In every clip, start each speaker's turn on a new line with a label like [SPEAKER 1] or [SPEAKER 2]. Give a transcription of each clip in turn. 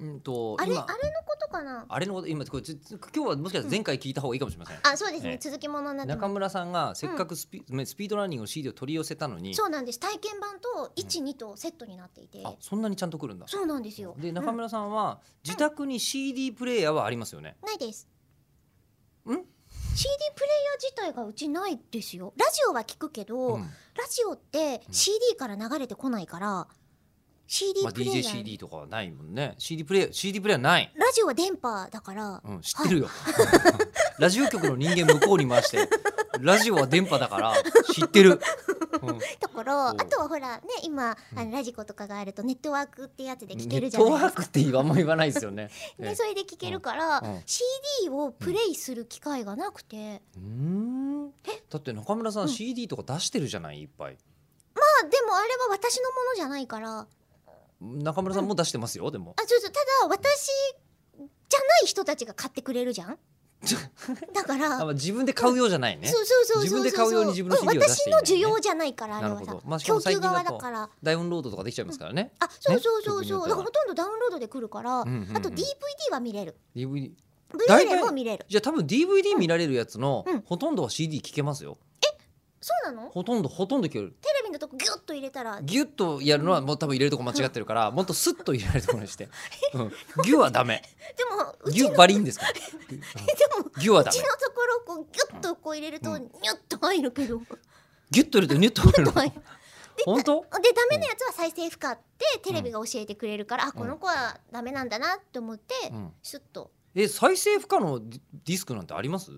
[SPEAKER 1] うんと
[SPEAKER 2] あれ
[SPEAKER 1] 今
[SPEAKER 2] あれのことかな
[SPEAKER 1] あれのこと今これつつ今日はもしかしたら前回聞いた方がいいかもしれません、
[SPEAKER 2] あそうですね
[SPEAKER 1] ええ
[SPEAKER 2] 続きものになって
[SPEAKER 1] 中
[SPEAKER 2] ま
[SPEAKER 1] 村さんがせっかくスピ,、スピードランニングの CD を取り寄せたのに
[SPEAKER 2] すそうなんです体験版と12とセットになっていて
[SPEAKER 1] あそんなにちゃんと来るんだ
[SPEAKER 2] そうなんですよ
[SPEAKER 1] で中村さんは自宅に CD プレイヤーはありますよね、
[SPEAKER 2] うんないです
[SPEAKER 1] ん
[SPEAKER 2] CD プレイヤー自体がうちないですよラジオは聞くけど、
[SPEAKER 1] うん
[SPEAKER 2] ラジオって CD から流れてこないから、CD
[SPEAKER 1] まあ、
[SPEAKER 2] プレイヤーに、
[SPEAKER 1] DJCD とかはないもんね CD プレイヤー CD プレイヤーない、
[SPEAKER 2] ラジオは電波だから、
[SPEAKER 1] うん、知ってるよラジオ局の人間向こうに回してラジオは電波だから知って る、うん
[SPEAKER 2] だからあ
[SPEAKER 1] おう
[SPEAKER 2] とはほらね今、
[SPEAKER 1] うん
[SPEAKER 2] あのラジコとかがあるとネットワークってやつで聞け
[SPEAKER 1] ネ
[SPEAKER 2] る
[SPEAKER 1] ッ
[SPEAKER 2] じゃな
[SPEAKER 1] ト
[SPEAKER 2] い
[SPEAKER 1] ワ
[SPEAKER 2] で
[SPEAKER 1] ー
[SPEAKER 2] すか
[SPEAKER 1] クって言わんも言わないですよね。え
[SPEAKER 2] ね、
[SPEAKER 1] え
[SPEAKER 2] それで聞けるから、
[SPEAKER 1] うんうん
[SPEAKER 2] CD をプレイする機会がなくて、
[SPEAKER 1] う
[SPEAKER 2] ま
[SPEAKER 1] ーんだって中村さ
[SPEAKER 2] うんん
[SPEAKER 1] CD とか出してるじゃないいっぱい
[SPEAKER 2] あでもあれは私のものじゃないからあ
[SPEAKER 1] 中村さんも出してますよでも
[SPEAKER 2] そうそうただ私じゃない人たちが買ってくれるじゃ んだから
[SPEAKER 1] あまあ自分で買うようじゃないね
[SPEAKER 2] そうそうそうそう
[SPEAKER 1] 自分で買うように自分の CD を出していいだ
[SPEAKER 2] うんん
[SPEAKER 1] よね
[SPEAKER 2] 私の需要じゃないからあれは
[SPEAKER 1] なる
[SPEAKER 2] さ
[SPEAKER 1] ほ、どまあしかも
[SPEAKER 2] 供
[SPEAKER 1] 最
[SPEAKER 2] 給
[SPEAKER 1] 近だと
[SPEAKER 2] 側だから
[SPEAKER 1] ダウンロードとかできちゃいますからね、
[SPEAKER 2] あそうそうそう
[SPEAKER 1] ね
[SPEAKER 2] そう、
[SPEAKER 1] 曲によっては
[SPEAKER 2] だからほとんどダウンロードで来るから、
[SPEAKER 1] うんうんうん
[SPEAKER 2] あと DVD は見れる
[SPEAKER 1] DVD
[SPEAKER 2] Blu
[SPEAKER 1] 大
[SPEAKER 2] r
[SPEAKER 1] 体
[SPEAKER 2] a y も見れる
[SPEAKER 1] じゃあ多分 DVD 見られるやつの、
[SPEAKER 2] うん
[SPEAKER 1] ほとんどは CD 聞けますよ
[SPEAKER 2] そうなの
[SPEAKER 1] ほとんどほとんど聞ける
[SPEAKER 2] テレビのとこギュッと入れたら
[SPEAKER 1] ギュッとやるのはもう多分入れるとこ間違ってるからもっとスッと入れられるところに して、うん、ギュはダメ
[SPEAKER 2] でもうち
[SPEAKER 1] ギ
[SPEAKER 2] の
[SPEAKER 1] ュバリンです から
[SPEAKER 2] でも
[SPEAKER 1] ギュは
[SPEAKER 2] う
[SPEAKER 1] ダ
[SPEAKER 2] ち
[SPEAKER 1] メ
[SPEAKER 2] のところをこうギュッとこう入れると
[SPEAKER 1] う
[SPEAKER 2] ニュッと入るけど、
[SPEAKER 1] ギュッと入れてニュッと入るの
[SPEAKER 2] 入る
[SPEAKER 1] 本当
[SPEAKER 2] でダメなやつは再生不可ってテレビが教えてくれるから、あこの子はダメなんだなって思って、
[SPEAKER 1] うん
[SPEAKER 2] シュッと
[SPEAKER 1] え再生不可のディディスクなんてあります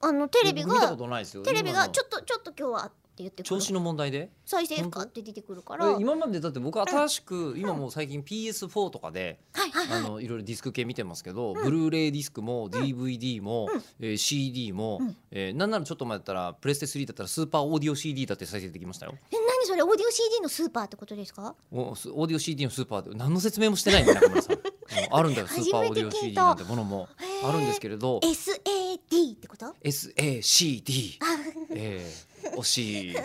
[SPEAKER 2] あのテレビ
[SPEAKER 1] 見たこ
[SPEAKER 2] が
[SPEAKER 1] とないですよ
[SPEAKER 2] テレビ
[SPEAKER 1] 今
[SPEAKER 2] が
[SPEAKER 1] の
[SPEAKER 2] ちょっとちょっと今日はって言ってく
[SPEAKER 1] 調
[SPEAKER 2] る
[SPEAKER 1] 子の問題で
[SPEAKER 2] 再生不可って出てくるから
[SPEAKER 1] え
[SPEAKER 2] はい
[SPEAKER 1] 今までだって僕新しく今もう最近 PS4 とかで
[SPEAKER 2] はい
[SPEAKER 1] あ
[SPEAKER 2] はい
[SPEAKER 1] のいろいろディスク系見てますけど、ブルーレイディスクも DVD も、えー CD も、
[SPEAKER 2] うん
[SPEAKER 1] えーなんならちょっと前だったらプレステ3だったらスーパーオーディオ CD だって再生できましたよ
[SPEAKER 2] え何それオーディオ CD のスーパーってことですか
[SPEAKER 1] おすオーディオ CD のスーパーで何の説明もしてないね中 村さんうんあるんだよスーパーオーディオ
[SPEAKER 2] 初めて聞
[SPEAKER 1] CD
[SPEAKER 2] いた
[SPEAKER 1] なんてものも
[SPEAKER 2] へー
[SPEAKER 1] あるんですけれど
[SPEAKER 2] SAD ってこと
[SPEAKER 1] SACD ええ惜しい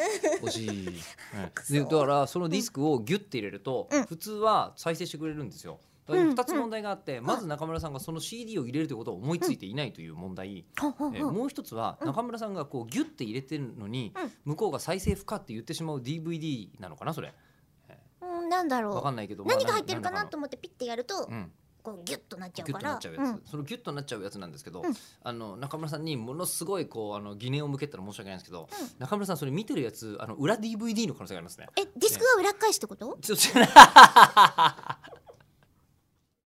[SPEAKER 1] 惜しい、うん、でだからそのディスクをギュッて入れると、
[SPEAKER 2] うん
[SPEAKER 1] 普通は再生してくれるんですよだから
[SPEAKER 2] うん
[SPEAKER 1] 2つ問題があって、まず中村さんがその CD を入れるということを思いついていないという問題、
[SPEAKER 2] ほんほん
[SPEAKER 1] え
[SPEAKER 2] ほん
[SPEAKER 1] もう一つは中村さんがこうギュッて入れてるのに、
[SPEAKER 2] うん
[SPEAKER 1] 向こうが再生不可って言ってしまう DVD なのかなそれ
[SPEAKER 2] うんなんだ
[SPEAKER 1] わか
[SPEAKER 2] ろ
[SPEAKER 1] んないけど
[SPEAKER 2] う何が入ってるかなと
[SPEAKER 1] と、
[SPEAKER 2] 思ってピッてやると
[SPEAKER 1] うん、
[SPEAKER 2] こうギュッとなっちゃう
[SPEAKER 1] ギュ
[SPEAKER 2] か
[SPEAKER 1] ッとな
[SPEAKER 2] ら
[SPEAKER 1] っちゃうや
[SPEAKER 2] うん
[SPEAKER 1] つ、そのギュッとなっちゃうやつなんですけど、
[SPEAKER 2] うん
[SPEAKER 1] あの中村さんにものすごいこうあの疑念を向けたら申し訳ないんですけど、
[SPEAKER 2] うん
[SPEAKER 1] 中村さんそれ見てるやつあの裏 DVD の可能性がありますね。
[SPEAKER 2] えディスクは裏返しってこと
[SPEAKER 1] ちょっと